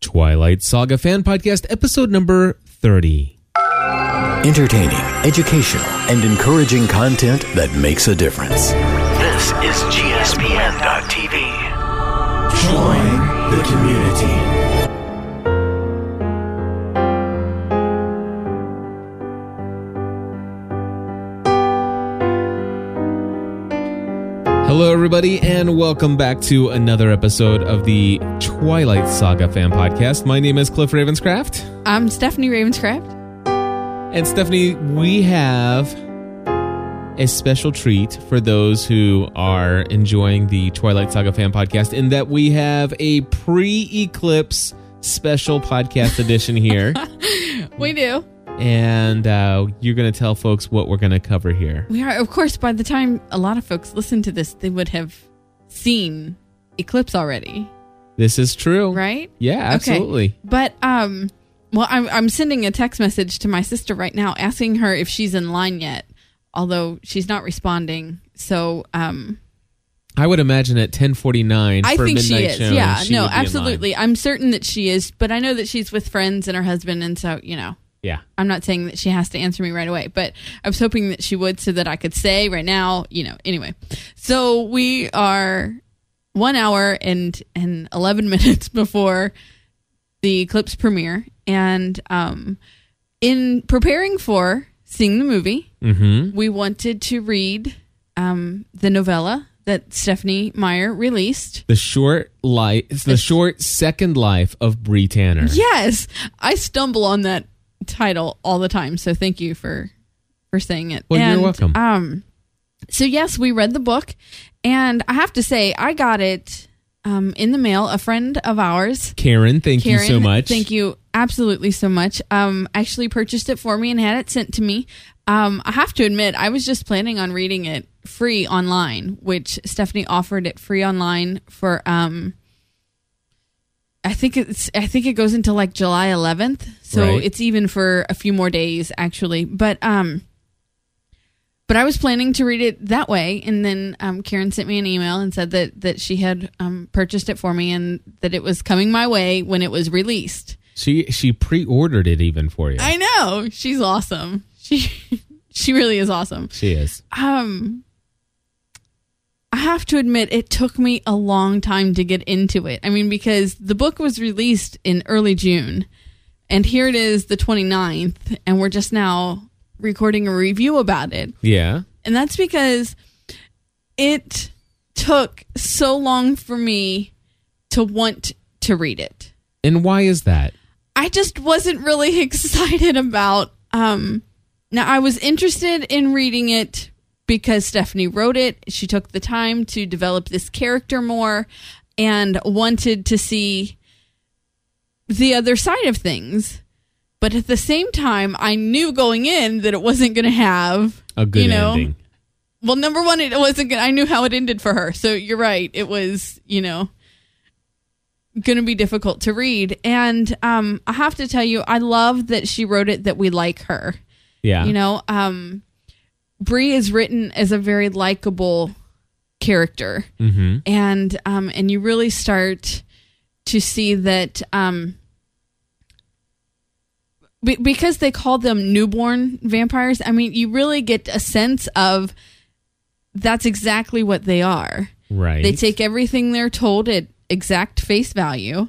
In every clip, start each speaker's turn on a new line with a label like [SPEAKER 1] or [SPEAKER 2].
[SPEAKER 1] Twilight Saga Fan Podcast, episode number 30.
[SPEAKER 2] Entertaining, educational, and encouraging content that makes a difference.
[SPEAKER 3] This is GSPN.TV.
[SPEAKER 4] Join the community.
[SPEAKER 1] Hello, everybody, and welcome back to another episode of the Twilight Saga Fan Podcast. My name is Cliff Ravenscraft.
[SPEAKER 5] I'm Stephanie Ravenscraft.
[SPEAKER 1] And Stephanie, we have a special treat for those who are enjoying the Twilight Saga Fan Podcast, in that we have a pre eclipse special podcast edition here.
[SPEAKER 5] We do.
[SPEAKER 1] and uh, you're going to tell folks what we're going to cover here.
[SPEAKER 5] We are, of course, by the time a lot of folks listen to this, they would have seen Eclipse already,
[SPEAKER 1] This is true.
[SPEAKER 5] right?
[SPEAKER 1] Yeah, absolutely.
[SPEAKER 5] Okay. But, um, well, I'm, I'm sending a text message to my sister right now asking her if she's in line yet, although she's not responding. So, um,
[SPEAKER 1] I would imagine at 10:49
[SPEAKER 5] I
[SPEAKER 1] for
[SPEAKER 5] think
[SPEAKER 1] midnight
[SPEAKER 5] she is.
[SPEAKER 1] show,
[SPEAKER 5] yeah,
[SPEAKER 1] she
[SPEAKER 5] no,
[SPEAKER 1] would be in line.
[SPEAKER 5] absolutely. I'm certain that she is, but I know that she's with friends and her husband. And so, you know,
[SPEAKER 1] Yeah.
[SPEAKER 5] I'm not saying that she has to answer me right away, but I was hoping that she would so that I could say right now, you know, anyway. So we are one hour and, and 11 minutes before the Eclipse premiere. And um, in preparing for seeing the movie,
[SPEAKER 1] Mhm.
[SPEAKER 5] we wanted to read um, the novella that Stephanie Meyer released.
[SPEAKER 1] The short life it's the short second life of Bree Tanner.
[SPEAKER 5] Yes, I stumble on that title all the time. So thank you for for saying it.
[SPEAKER 1] Well, you're
[SPEAKER 5] And,
[SPEAKER 1] welcome.
[SPEAKER 5] Um, so yes, we read the book, and I have to say, I got it um, in the mail. A friend of ours,
[SPEAKER 1] Karen, thank
[SPEAKER 5] Karen.
[SPEAKER 1] you so much.
[SPEAKER 5] Thank you absolutely so much. Um, actually purchased it for me and had it sent to me. Um, I have to admit, I was just planning on reading it free online, which Stephanie offered it free online for. Um, I think it's I think it goes until like July 11th, so
[SPEAKER 1] Right.
[SPEAKER 5] it's even for a few more days actually. But um, but I was planning to read it that way, and then um, Karen sent me an email and said that that she had um, purchased it for me and that it was coming my way when it was released.
[SPEAKER 1] She she pre-ordered it even for you.
[SPEAKER 5] I know she's awesome. She she really is awesome.
[SPEAKER 1] she is.
[SPEAKER 5] Um, I have to admit, it took me a long time to get into it. I mean, because the book was released in early June, and here it is, the 29th, and we're just now recording a review about it.
[SPEAKER 1] Yeah.
[SPEAKER 5] And that's because it took so long for me to want to read it.
[SPEAKER 1] And why is that?
[SPEAKER 5] I just wasn't really excited about um now I was interested in reading it because Stephanie wrote it. She took the time to develop this character more and wanted to see the other side of things. But at the same time, I knew going in that it wasn't going to have
[SPEAKER 1] A good
[SPEAKER 5] you know,
[SPEAKER 1] ending.
[SPEAKER 5] well, number one, it wasn't. Good. I knew how it ended for her, so you're right. It was, you know, going to be difficult to read. And um, I have to tell you, I love that she wrote it that we like her.
[SPEAKER 1] Yeah.
[SPEAKER 5] You know, um, Bree is written as a very likable character,
[SPEAKER 1] Mhm.
[SPEAKER 5] and um, and you really start to see that um, be- because they call them newborn vampires. I mean, you really get a sense of that's exactly what they are.
[SPEAKER 1] Right.
[SPEAKER 5] They take everything they're told at exact face value.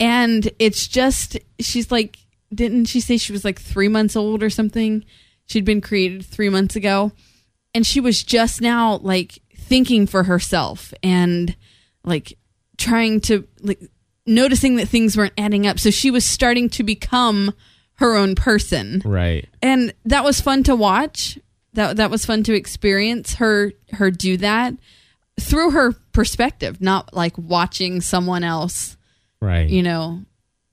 [SPEAKER 5] And it's just, she's like, didn't she say she was like three months old or something? She'd been created three months ago. And she was just now like thinking for herself and like trying to, like, noticing that things weren't adding up. So she was starting to become her own person
[SPEAKER 1] right.
[SPEAKER 5] and that was fun to watch. That that was fun to experience her her do that through her perspective, not like watching someone else,
[SPEAKER 1] Right.
[SPEAKER 5] you know,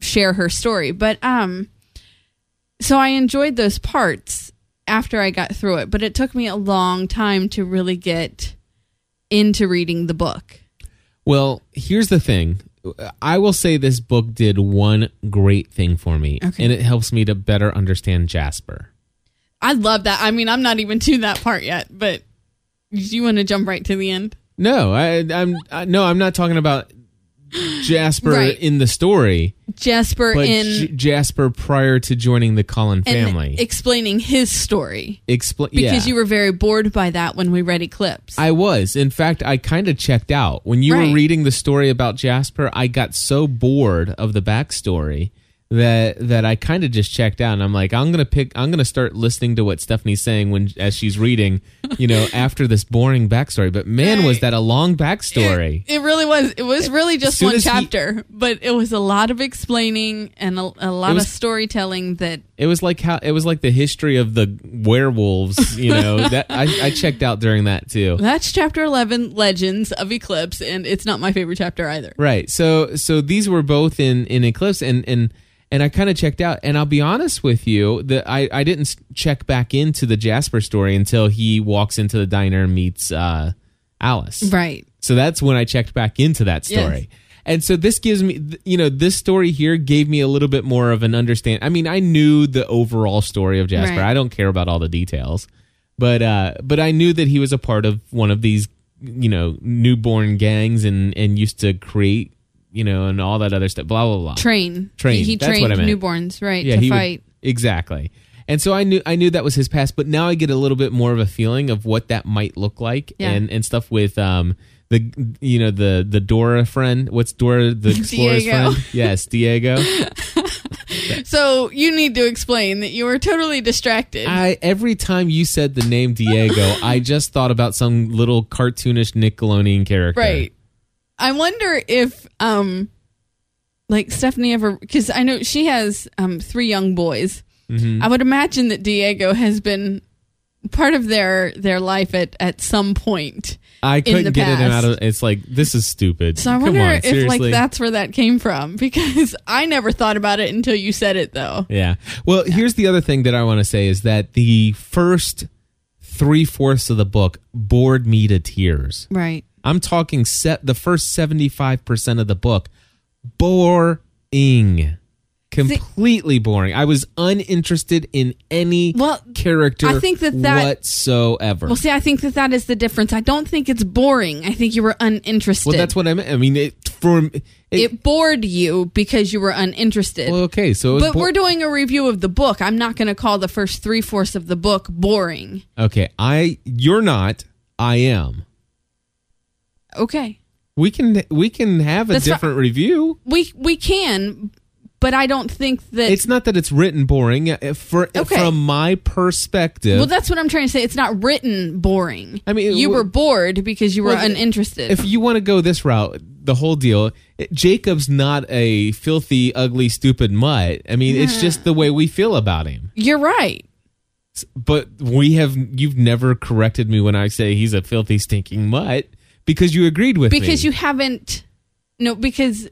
[SPEAKER 5] share her story. But um so I enjoyed those parts after I got through it, but it took me a long time to really get into reading the book.
[SPEAKER 1] Well, here's the thing. I will say this book did one great thing for me,
[SPEAKER 5] Okay.
[SPEAKER 1] and it helps me to better understand Jasper.
[SPEAKER 5] I love that. I mean, I'm not even to that part yet, but you want to jump right to the end?
[SPEAKER 1] No, I, I'm I, no, I'm not talking about Jasper
[SPEAKER 5] Right.
[SPEAKER 1] in the story,
[SPEAKER 5] Jasper
[SPEAKER 1] but
[SPEAKER 5] in
[SPEAKER 1] J- Jasper prior to joining the Cullen
[SPEAKER 5] and
[SPEAKER 1] family.
[SPEAKER 5] explaining his story
[SPEAKER 1] Explain
[SPEAKER 5] because you were very bored by that when we read Eclipse.
[SPEAKER 1] I was. In fact, I kind of checked out. When you
[SPEAKER 5] Right.
[SPEAKER 1] were reading the story about Jasper, I got so bored of the backstory that that I kind of just checked out and I'm like, I'm going to pick I'm going to start listening to what Stephanie's saying when as she's reading, you know, after this boring backstory. But man, was
[SPEAKER 5] Right.
[SPEAKER 1] that a long backstory.
[SPEAKER 5] It, it really was. It was really just
[SPEAKER 1] soon
[SPEAKER 5] one
[SPEAKER 1] as he-
[SPEAKER 5] chapter, but it was a lot of explaining and a, a lot
[SPEAKER 1] It was-
[SPEAKER 5] of storytelling that
[SPEAKER 1] It was like how it was like the history of the werewolves, you know. that I, I checked out during that too.
[SPEAKER 5] That's chapter 11, Legends of Eclipse, and it's not my favorite chapter either.
[SPEAKER 1] Right. So so these were both in in Eclipse and and and I kind of checked out and I'll be honest with you that I I didn't s- check back into the Jasper story until he walks into the diner and meets uh Alice.
[SPEAKER 5] Right.
[SPEAKER 1] So that's when I checked back into that story. And so this gives me, th- you know, this story here gave me a little bit more of an understand. I mean, I knew the overall story of Jasper.
[SPEAKER 5] Right.
[SPEAKER 1] I don't care about all the details, but uh, but I knew that he was a part of one of these, you know, newborn gangs and and used to create, you know, and all that other stuff. Blah blah blah.
[SPEAKER 5] Train.
[SPEAKER 1] Train,
[SPEAKER 5] He, he
[SPEAKER 1] that's
[SPEAKER 5] trained
[SPEAKER 1] what I meant.
[SPEAKER 5] newborns, right, to
[SPEAKER 1] would-
[SPEAKER 5] fight.
[SPEAKER 1] exactly. And so I knew I knew that was his past, but now I get a little bit more of a feeling of what that might look like
[SPEAKER 5] Yeah.
[SPEAKER 1] and and stuff with um the you know the the Dora friend. What's Dora the explorer's
[SPEAKER 5] Diego.
[SPEAKER 1] friend? Yes, Diego.
[SPEAKER 5] So you need to explain that you were totally distracted.
[SPEAKER 1] I every time you said the name Diego, I just thought about some little cartoonish Nickelodeon character.
[SPEAKER 5] right. I wonder if, um, like Stephanie ever, because I know she has um, three young boys.
[SPEAKER 1] Mm-hmm.
[SPEAKER 5] I would imagine that Diego has been part of their their life at at some point.
[SPEAKER 1] I
[SPEAKER 5] the
[SPEAKER 1] couldn't get it
[SPEAKER 5] past.
[SPEAKER 1] out of it's like this is stupid.
[SPEAKER 5] So I
[SPEAKER 1] Come
[SPEAKER 5] wonder
[SPEAKER 1] on,
[SPEAKER 5] if
[SPEAKER 1] seriously.
[SPEAKER 5] like that's where that came from because I never thought about it until you said it though.
[SPEAKER 1] Yeah. Well, here's the other thing that I want to say is that the first three fourths of the book bored me to tears.
[SPEAKER 5] Right.
[SPEAKER 1] I'm talking set the first 75% of the book boring. Completely boring. I was uninterested in any
[SPEAKER 5] Well,
[SPEAKER 1] character
[SPEAKER 5] I think that that-
[SPEAKER 1] whatsoever.
[SPEAKER 5] Well, see, I think that that is the difference. I don't think it's boring. I think you were uninterested.
[SPEAKER 1] Well, that's what I meant. I mean, it for it,
[SPEAKER 5] it bored you because you were uninterested.
[SPEAKER 1] well, okay, so it was
[SPEAKER 5] but
[SPEAKER 1] bo-
[SPEAKER 5] we're doing a review of the book. I'm not going to call the first three fourths of the book boring.
[SPEAKER 1] okay, I you're not, I am.
[SPEAKER 5] Okay.
[SPEAKER 1] We can we can have a
[SPEAKER 5] That's right.
[SPEAKER 1] different review.
[SPEAKER 5] We we can, but I don't think that.
[SPEAKER 1] it's not that it's written boring uh, for
[SPEAKER 5] Okay.
[SPEAKER 1] from my perspective
[SPEAKER 5] well, that's what I'm trying to say. It's not written boring.
[SPEAKER 1] I mean, it
[SPEAKER 5] you
[SPEAKER 1] wa-
[SPEAKER 5] were bored because you were
[SPEAKER 1] Well, th-
[SPEAKER 5] uninterested.
[SPEAKER 1] if you want to go this route the whole deal it- jacob's not a filthy ugly stupid mutt i mean it's just the way we feel about him
[SPEAKER 5] You're right.
[SPEAKER 1] S- but we have you've never corrected me when i say he's a filthy stinking mutt because you agreed with me
[SPEAKER 5] because you haven't no because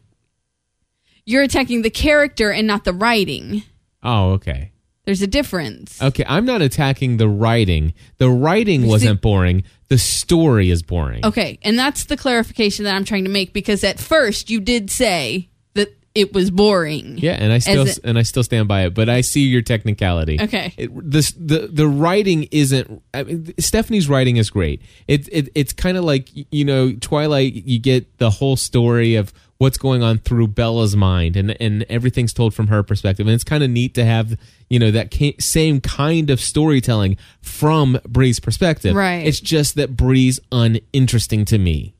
[SPEAKER 5] you're attacking the character and not the writing
[SPEAKER 1] oh okay
[SPEAKER 5] there's a difference
[SPEAKER 1] okay i'm not attacking the writing the writing wasn't boring the story is boring
[SPEAKER 5] okay and that's the clarification that i'm trying to make because at first you did say that it was boring
[SPEAKER 1] Yeah, and I still
[SPEAKER 5] As it-
[SPEAKER 1] and I still stand by it, but I see your technicality.
[SPEAKER 5] Okay.
[SPEAKER 1] It, this the the writing isn't. I mean, Stephanie's writing is great. It, it it's kind of like you know Twilight. You get the whole story of what's going on through Bella's mind, and and everything's told from her perspective. And it's kind of neat to have you know that ca- same kind of storytelling from Bree's perspective.
[SPEAKER 5] Right.
[SPEAKER 1] It's just that Bree's uninteresting to me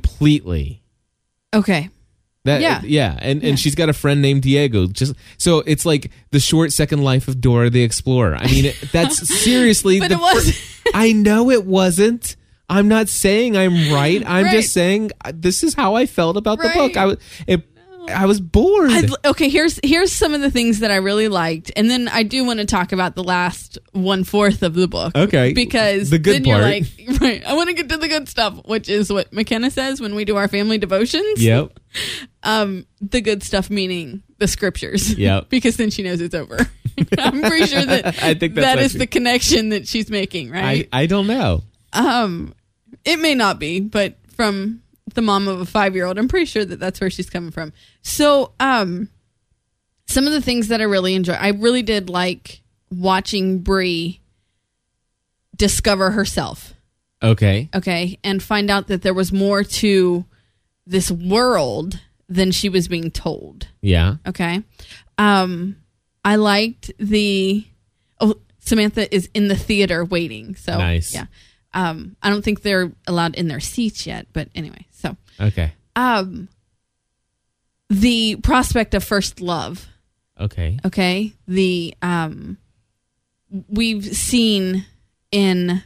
[SPEAKER 1] completely.
[SPEAKER 5] okay
[SPEAKER 1] That,
[SPEAKER 5] Yeah.
[SPEAKER 1] yeah, and and she's got a friend named Diego. Just so it's like the short second life of Dora the Explorer. I mean, it, that's seriously.
[SPEAKER 5] But
[SPEAKER 1] the
[SPEAKER 5] it wasn't.
[SPEAKER 1] fir- I know it wasn't. I'm not saying I'm right. I'm
[SPEAKER 5] Right.
[SPEAKER 1] just saying uh, this is how I felt about the book.
[SPEAKER 5] Right.
[SPEAKER 1] I was, it, I was bored.
[SPEAKER 5] I'd, okay here's here's some of the things that i really liked and then i do want to talk about the last one fourth of the book
[SPEAKER 1] Okay.
[SPEAKER 5] because
[SPEAKER 1] The good
[SPEAKER 5] then you're
[SPEAKER 1] part.
[SPEAKER 5] like right i want to get to the good stuff which is what mckenna says when we do our family devotions
[SPEAKER 1] yep.
[SPEAKER 5] um the good stuff meaning the scriptures
[SPEAKER 1] Yep.
[SPEAKER 5] because then she knows it's over i'm pretty sure that
[SPEAKER 1] I think that's
[SPEAKER 5] that is
[SPEAKER 1] actually-
[SPEAKER 5] the connection that she's making
[SPEAKER 1] I
[SPEAKER 5] right
[SPEAKER 1] I don't know.
[SPEAKER 5] um it may not be but from the mom of a five-year-old i'm pretty sure that that's where she's coming from so um some of the things that i really enjoy i really did like watching brie discover herself
[SPEAKER 1] Okay.
[SPEAKER 5] okay, and find out that there was more to this world than she was being told.
[SPEAKER 1] Yeah.
[SPEAKER 5] Okay. Um, I liked the. Oh, Samantha is in the theater waiting. So
[SPEAKER 1] Nice.
[SPEAKER 5] Yeah. Um, I don't think they're allowed in their seats yet, but anyway. So,
[SPEAKER 1] Okay.
[SPEAKER 5] um, the prospect of first love.
[SPEAKER 1] Okay.
[SPEAKER 5] Okay. The um, we've seen in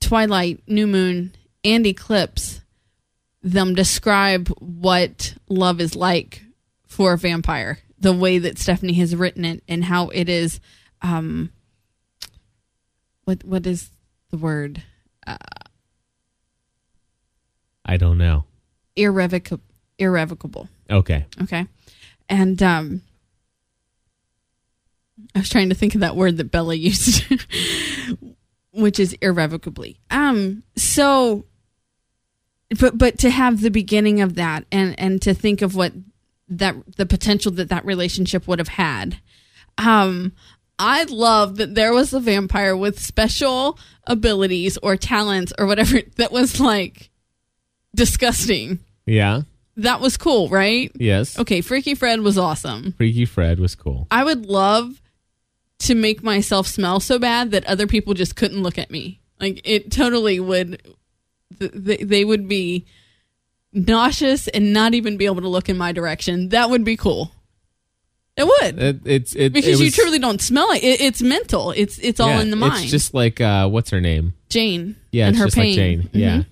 [SPEAKER 5] Twilight, New Moon, and Eclipse them describe what love is like for a vampire. The way that Stephanie has written it and how it is, um, what what is the word?
[SPEAKER 1] I don't know.
[SPEAKER 5] Irrevocable. Irrevocable.
[SPEAKER 1] Okay.
[SPEAKER 5] Okay. And um I was trying to think of that word that Bella used which is irrevocably. Um so but but to have the beginning of that and and to think of what that the potential that that relationship would have had. Um I love that there was a vampire with special abilities or talents or whatever that was like disgusting.
[SPEAKER 1] Yeah.
[SPEAKER 5] That was cool, right?
[SPEAKER 1] Yes.
[SPEAKER 5] Okay, Freaky Fred was awesome.
[SPEAKER 1] Freaky Fred was cool.
[SPEAKER 5] I would love to make myself smell so bad that other people just couldn't look at me. Like it totally would. th- th- They would be nauseous and not even be able to look in my direction. That would be cool. It would
[SPEAKER 1] It, it's it
[SPEAKER 5] because
[SPEAKER 1] it
[SPEAKER 5] you
[SPEAKER 1] was-
[SPEAKER 5] truly don't smell it. it it's mental. It's it's all
[SPEAKER 1] yeah,
[SPEAKER 5] in the mind.
[SPEAKER 1] It's just like uh, what's her name?
[SPEAKER 5] Jane.
[SPEAKER 1] Yeah,
[SPEAKER 5] and
[SPEAKER 1] it's
[SPEAKER 5] her
[SPEAKER 1] just
[SPEAKER 5] pain.
[SPEAKER 1] like Jane.
[SPEAKER 5] Mhm.
[SPEAKER 1] Yeah,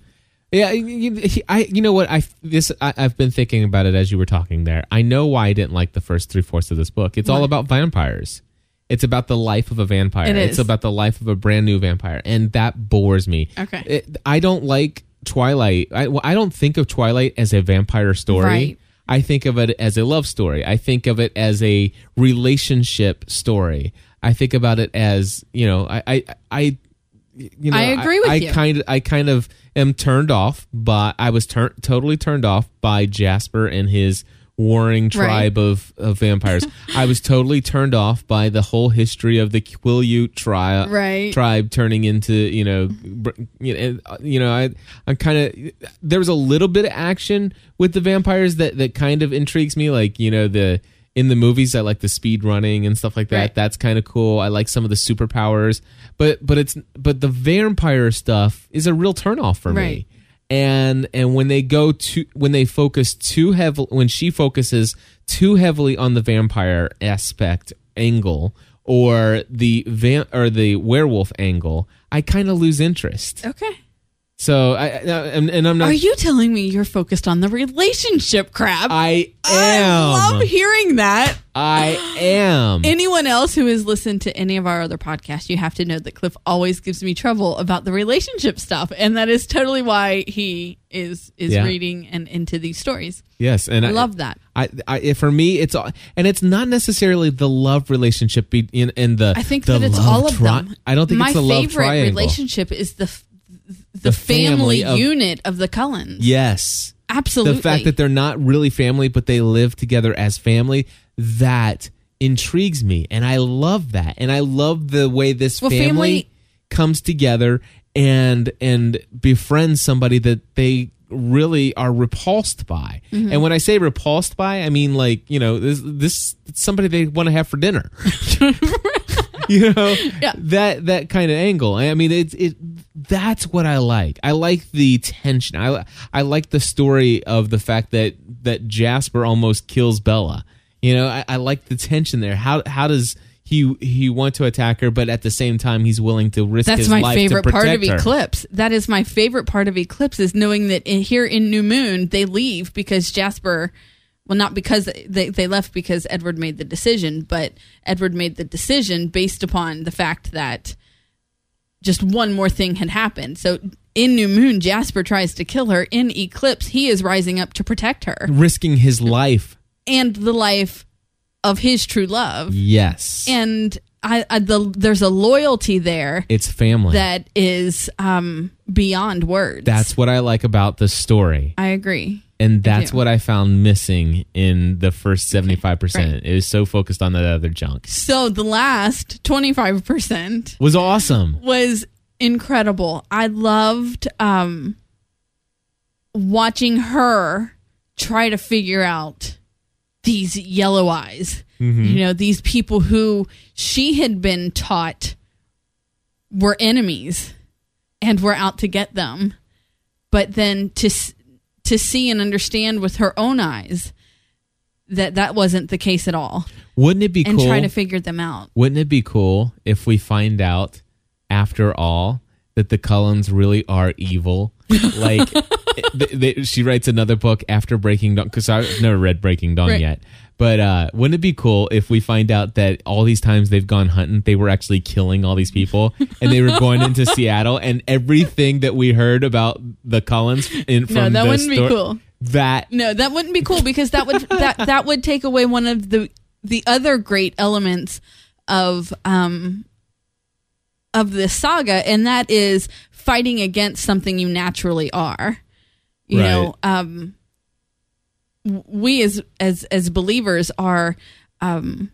[SPEAKER 1] yeah. You, he- I, you know what? I this I, I've been thinking about it as you were talking there. I know why I didn't like the first three fourths of this book. It's all about vampires. It's about the life of a vampire.
[SPEAKER 5] It
[SPEAKER 1] It's
[SPEAKER 5] is.
[SPEAKER 1] about the life of a brand new vampire, and that bores me.
[SPEAKER 5] Okay.
[SPEAKER 1] It, I don't like Twilight. I, well, I don't think of Twilight as a vampire story.
[SPEAKER 5] Right.
[SPEAKER 1] I think of it as a love story. I think of it as a relationship story. I think about it as you know. I I, I you know.
[SPEAKER 5] I agree with
[SPEAKER 1] I,
[SPEAKER 5] you.
[SPEAKER 1] I kind of I kind of am turned off, but I was tur- totally turned off by Jasper and his warring tribe of, of vampires. I was totally turned off by the whole history of the Quileute tribe
[SPEAKER 5] Right.
[SPEAKER 1] tribe turning into you know br- you know, and, uh, you know I I'm kind of there was a little bit of action with the vampires that that kind of intrigues me like you know the in the movies I like the speed running and stuff like that
[SPEAKER 5] Right.
[SPEAKER 1] that's kind of cool I like some of the superpowers but but it's but the vampire stuff is a real turnoff for
[SPEAKER 5] Right.
[SPEAKER 1] me and and when they go to when they focus too heavily when she focuses too heavily on the vampire aspect angle or the van or the werewolf angle i kind of lose interest
[SPEAKER 5] Okay.
[SPEAKER 1] so i, I and, and i'm not
[SPEAKER 5] Are you telling me you're focused on the relationship crap?
[SPEAKER 1] i
[SPEAKER 5] I love
[SPEAKER 1] am
[SPEAKER 5] hearing that.
[SPEAKER 1] i am
[SPEAKER 5] Anyone else who has listened to any of our other podcasts, you have to know that Cliff always gives me trouble about the relationship stuff, and that is totally why he is is
[SPEAKER 1] Yeah.
[SPEAKER 5] reading and into these stories.
[SPEAKER 1] yes and
[SPEAKER 5] I love that.
[SPEAKER 1] I, I, it- for me, it's all, and it's not necessarily the love relationship be, in, in the.
[SPEAKER 5] I think
[SPEAKER 1] the
[SPEAKER 5] that it's
[SPEAKER 1] love
[SPEAKER 5] all of
[SPEAKER 1] tri-
[SPEAKER 5] them.
[SPEAKER 1] I don't think
[SPEAKER 5] my
[SPEAKER 1] it's the love
[SPEAKER 5] favorite
[SPEAKER 1] triangle.
[SPEAKER 5] relationship is the f- the,
[SPEAKER 1] The
[SPEAKER 5] family,
[SPEAKER 1] family of-
[SPEAKER 5] unit of the Cullens.
[SPEAKER 1] Yes,
[SPEAKER 5] Absolutely.
[SPEAKER 1] The fact that they're not really family, but they live together as family, that intrigues me. And I love that. And I love the way this
[SPEAKER 5] Well,
[SPEAKER 1] family,
[SPEAKER 5] family-
[SPEAKER 1] comes together and and befriends somebody that they really are repulsed by.
[SPEAKER 5] Mm-hmm.
[SPEAKER 1] And when I say repulsed by, I mean like, you know, this this it's somebody they want to have for dinner. you know that that kind of angle i mean it's it that's what i like i like the tension i i like the story of the fact that that jasper almost kills bella you know i, I like the tension there how how does he he want to attack her but at the same time he's willing to risk
[SPEAKER 5] That's
[SPEAKER 1] his
[SPEAKER 5] my
[SPEAKER 1] life
[SPEAKER 5] favorite
[SPEAKER 1] to protect
[SPEAKER 5] part of
[SPEAKER 1] her.
[SPEAKER 5] Eclipse. That is my favorite part of Eclipse is knowing that in, here in New Moon they leave because Jasper, well, not because they they left because Edward made the decision, but Edward made the decision based upon the fact that just one more thing had happened. So in New Moon, Jasper tries to kill her. In Eclipse, he is rising up to protect her
[SPEAKER 1] risking his life
[SPEAKER 5] and the life of his true love.
[SPEAKER 1] yes
[SPEAKER 5] And I, I the, there's a loyalty there
[SPEAKER 1] it's family
[SPEAKER 5] that is um, beyond words.
[SPEAKER 1] that's what i like about the story
[SPEAKER 5] I agree.
[SPEAKER 1] and that's
[SPEAKER 5] do.
[SPEAKER 1] what i found missing in the first 75% it was so focused on that other junk
[SPEAKER 5] So the last twenty five percent
[SPEAKER 1] was awesome
[SPEAKER 5] was incredible. I loved um, watching her try to figure out these yellow eyes. You know, these people who she had been taught were enemies and were out to get them. But then to s- to see and understand with her own eyes that that wasn't the case at all
[SPEAKER 1] Wouldn't it be
[SPEAKER 5] and
[SPEAKER 1] cool?
[SPEAKER 5] try to figure them out.
[SPEAKER 1] Wouldn't it be cool if we find out after all that the Cullens really are evil? Like, th- th- she writes another book after Breaking Dawn because I've never read Breaking Dawn
[SPEAKER 5] Right.
[SPEAKER 1] yet. But uh, wouldn't it be cool if we find out that all these times they've gone hunting, they were actually killing all these people, and they were going into Seattle, and everything that we heard about the Cullens in from
[SPEAKER 5] that
[SPEAKER 1] the
[SPEAKER 5] wouldn't be
[SPEAKER 1] sto-
[SPEAKER 5] cool.
[SPEAKER 1] That
[SPEAKER 5] No, that wouldn't be cool because that would that that would take away one of the the other great elements of um of this saga, and that is fighting against something you naturally are. You know, um, w- we as as as believers are um,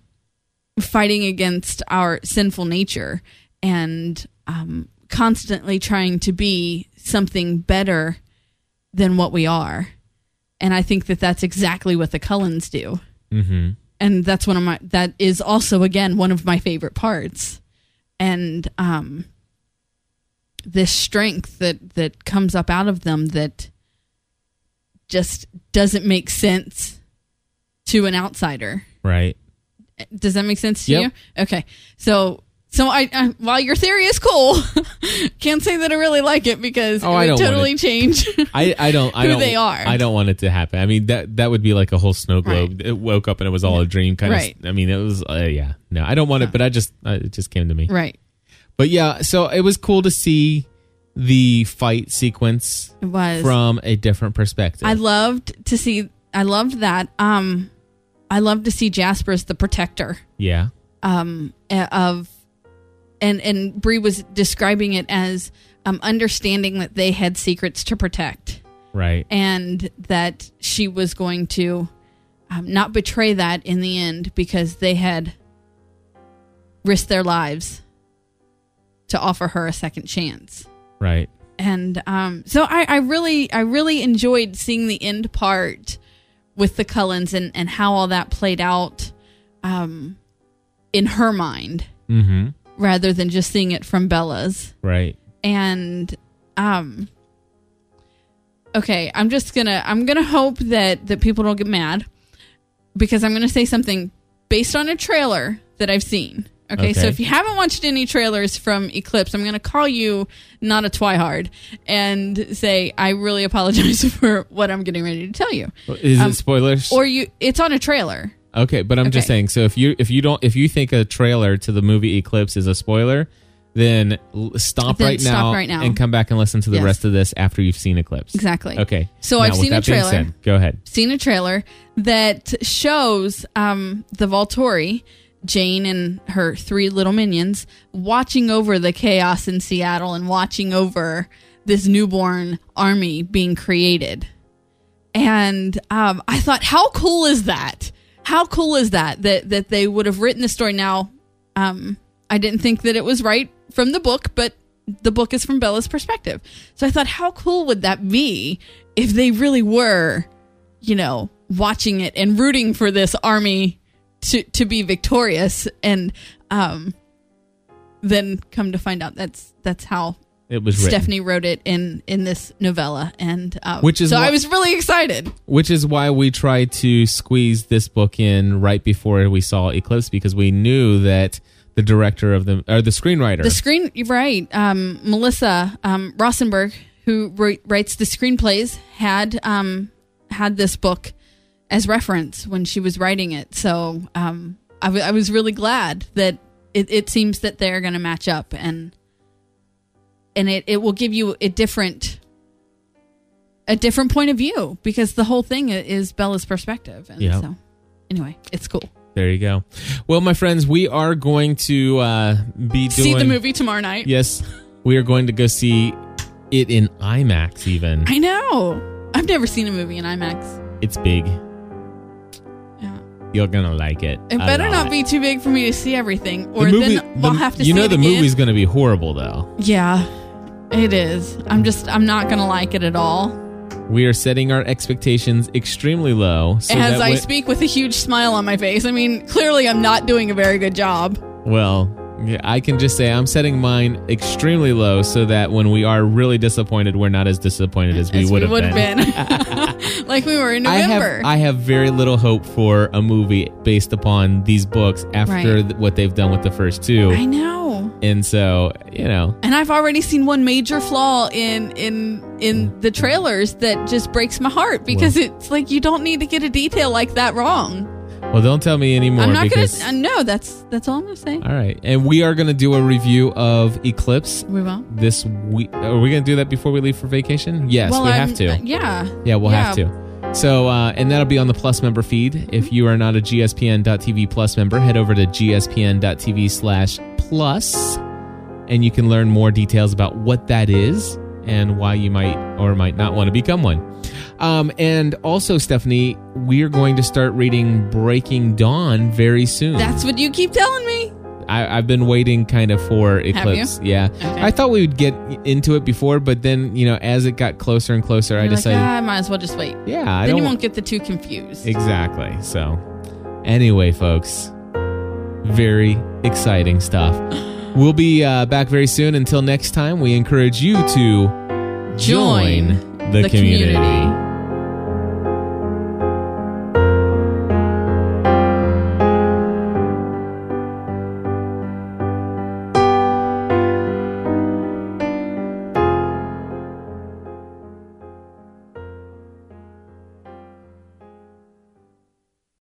[SPEAKER 5] fighting against our sinful nature and um, constantly trying to be something better than what we are. And I think that that's exactly what the Cullens do.
[SPEAKER 1] hmm
[SPEAKER 5] And that's one of my, that is also, again, one of my favorite parts. And, um, this strength that, that comes up out of them that just doesn't make sense to an outsider.
[SPEAKER 1] right.
[SPEAKER 5] Does that make sense to
[SPEAKER 1] Yep.
[SPEAKER 5] you? Okay. So, so I, I, while your theory is cool, can't say that I really like it because
[SPEAKER 1] Oh,
[SPEAKER 5] it would
[SPEAKER 1] I don't want
[SPEAKER 5] totally
[SPEAKER 1] it.
[SPEAKER 5] change.
[SPEAKER 1] I, I don't I
[SPEAKER 5] Who
[SPEAKER 1] don't,
[SPEAKER 5] they are.
[SPEAKER 1] I don't want it to happen. I mean that that would be like a whole snow globe. It woke up and it was all a dream kind
[SPEAKER 5] Right.
[SPEAKER 1] of. I mean it was uh, yeah. No, I don't want it, but I just uh, it just came to me.
[SPEAKER 5] right.
[SPEAKER 1] But yeah, so it was cool to see the fight sequence
[SPEAKER 5] It was.
[SPEAKER 1] from a different perspective.
[SPEAKER 5] I loved to see. I loved that. Um, I loved to see Jasper as the protector.
[SPEAKER 1] yeah.
[SPEAKER 5] Um, a- of, and and Bree was describing it as um understanding that they had secrets to protect
[SPEAKER 1] Right.
[SPEAKER 5] and that she was going to um, not betray that in the end because they had risked their lives to offer her a second chance
[SPEAKER 1] Right.
[SPEAKER 5] and um, so I, I really I really enjoyed seeing the end part with the Cullens and, and how all that played out um, in her mind
[SPEAKER 1] Mhm.
[SPEAKER 5] rather than just seeing it from Bella's
[SPEAKER 1] Right.
[SPEAKER 5] and um okay I'm just gonna I'm gonna hope that that people don't get mad because I'm gonna say something based on a trailer that I've seen okay so
[SPEAKER 1] Okay.
[SPEAKER 5] if you haven't watched any trailers from Eclipse I'm gonna call you not a twihard and say I really apologize for what I'm getting ready to tell you
[SPEAKER 1] Is it spoilers?
[SPEAKER 5] Um, or you it's on a trailer
[SPEAKER 1] okay, but I'm just
[SPEAKER 5] Okay.
[SPEAKER 1] saying. So if you if you don't if you think a trailer to the movie Eclipse is a spoiler, then l- stop,
[SPEAKER 5] Then
[SPEAKER 1] right,
[SPEAKER 5] stop
[SPEAKER 1] now
[SPEAKER 5] right now.
[SPEAKER 1] and come back and listen to the
[SPEAKER 5] Yes.
[SPEAKER 1] rest of this after you've seen Eclipse.
[SPEAKER 5] exactly
[SPEAKER 1] Okay.
[SPEAKER 5] So
[SPEAKER 1] Now,
[SPEAKER 5] I've
[SPEAKER 1] with
[SPEAKER 5] seen a
[SPEAKER 1] that being
[SPEAKER 5] trailer.
[SPEAKER 1] said, go ahead.
[SPEAKER 5] seen a trailer that shows um, the Volturi, Jane and her three little minions, watching over the chaos in Seattle and watching over this newborn army being created. And um, I thought, how cool is that? How cool is that that that they would have written the story? Now, um, I didn't think that it was right from the book, but the book is from Bella's perspective. So I thought, how cool would that be if they really were you know, watching it and rooting for this army to to be victorious and um then come to find out that's that's how
[SPEAKER 1] It was written.
[SPEAKER 5] Stephanie wrote it in in this novella and um,
[SPEAKER 1] Which is
[SPEAKER 5] so
[SPEAKER 1] why-
[SPEAKER 5] I was really excited.
[SPEAKER 1] which is why we tried to squeeze this book in right before we saw Eclipse because we knew that the director of the or the screenwriter
[SPEAKER 5] The screen right, um Melissa um Rossenberg who wri- writes the screenplays had um had this book as reference when she was writing it. So, um I, w- I was really glad that it, it seems that they're going to match up and and it, it will give you a different a different point of view because the whole thing i- is Bella's perspective. And
[SPEAKER 1] Yeah.
[SPEAKER 5] so anyway, it's cool.
[SPEAKER 1] there you go well my friends we are going to uh be doing
[SPEAKER 5] See the movie tomorrow night.
[SPEAKER 1] yes we are going to go see it in IMAX even
[SPEAKER 5] I know. I've never seen a movie in IMAX.
[SPEAKER 1] it's big
[SPEAKER 5] Yeah.
[SPEAKER 1] you're gonna like it
[SPEAKER 5] It
[SPEAKER 1] a
[SPEAKER 5] better
[SPEAKER 1] lot.
[SPEAKER 5] not be too big for me to see everything,
[SPEAKER 1] The
[SPEAKER 5] or
[SPEAKER 1] movie-
[SPEAKER 5] then we'll
[SPEAKER 1] the-
[SPEAKER 5] have to.
[SPEAKER 1] you
[SPEAKER 5] see
[SPEAKER 1] know
[SPEAKER 5] it
[SPEAKER 1] the
[SPEAKER 5] again.
[SPEAKER 1] movie's gonna be horrible though
[SPEAKER 5] Yeah, it is. I'm just. I'm not gonna like it at all.
[SPEAKER 1] We are setting our expectations extremely low. So
[SPEAKER 5] As
[SPEAKER 1] that
[SPEAKER 5] I
[SPEAKER 1] way-
[SPEAKER 5] speak with a huge smile on my face. I mean, clearly I'm not doing a very good job.
[SPEAKER 1] Well, yeah, I can just say I'm setting mine extremely low so that when we are really disappointed, we're not as disappointed as we
[SPEAKER 5] as
[SPEAKER 1] would
[SPEAKER 5] we
[SPEAKER 1] have
[SPEAKER 5] would
[SPEAKER 1] been.
[SPEAKER 5] have been. like we were in
[SPEAKER 1] I
[SPEAKER 5] November.
[SPEAKER 1] have I have very little hope for a movie based upon these books after
[SPEAKER 5] Right.
[SPEAKER 1] th- what they've done with the first two,
[SPEAKER 5] I know.
[SPEAKER 1] and so you know
[SPEAKER 5] And I've already seen one major flaw in in in the trailers that just breaks my heart because it's like you don't need to get a detail like that wrong.
[SPEAKER 1] Well, don't tell me anymore.
[SPEAKER 5] I'm not
[SPEAKER 1] because,
[SPEAKER 5] gonna. Uh, no, that's that's all I'm gonna say.
[SPEAKER 1] all right, and we are going to do a review of Eclipse
[SPEAKER 5] We will.
[SPEAKER 1] this week. Are we going to do that before we leave for vacation? Yes,
[SPEAKER 5] well,
[SPEAKER 1] we
[SPEAKER 5] I'm,
[SPEAKER 1] have to.
[SPEAKER 5] uh, yeah.
[SPEAKER 1] yeah, we'll have
[SPEAKER 5] yeah.
[SPEAKER 1] to. So, uh, and that'll be on the Plus member feed. If you are not a GSPN.TV Plus member, head over to GSPN.TV slash Plus, and you can learn more details about what that is and why you might or might not want to become one. Um, and also, Stephanie, we are going to start reading Breaking Dawn very soon.
[SPEAKER 5] That's what you keep telling me.
[SPEAKER 1] I, I've been waiting kind of for
[SPEAKER 5] Have you?
[SPEAKER 1] Eclipse. Yeah.
[SPEAKER 5] Okay.
[SPEAKER 1] I thought we would get into it before, but then, you know, as it got closer and closer, I
[SPEAKER 5] You're
[SPEAKER 1] decided,
[SPEAKER 5] Like, ah, I might as well just wait.
[SPEAKER 1] yeah, I
[SPEAKER 5] then
[SPEAKER 1] don't.
[SPEAKER 5] you won't get the two confused.
[SPEAKER 1] exactly. So, anyway, folks, very exciting stuff. We'll be uh, back very soon. Until next time, we encourage you to
[SPEAKER 5] Join
[SPEAKER 1] the,
[SPEAKER 5] the
[SPEAKER 1] community.
[SPEAKER 5] community.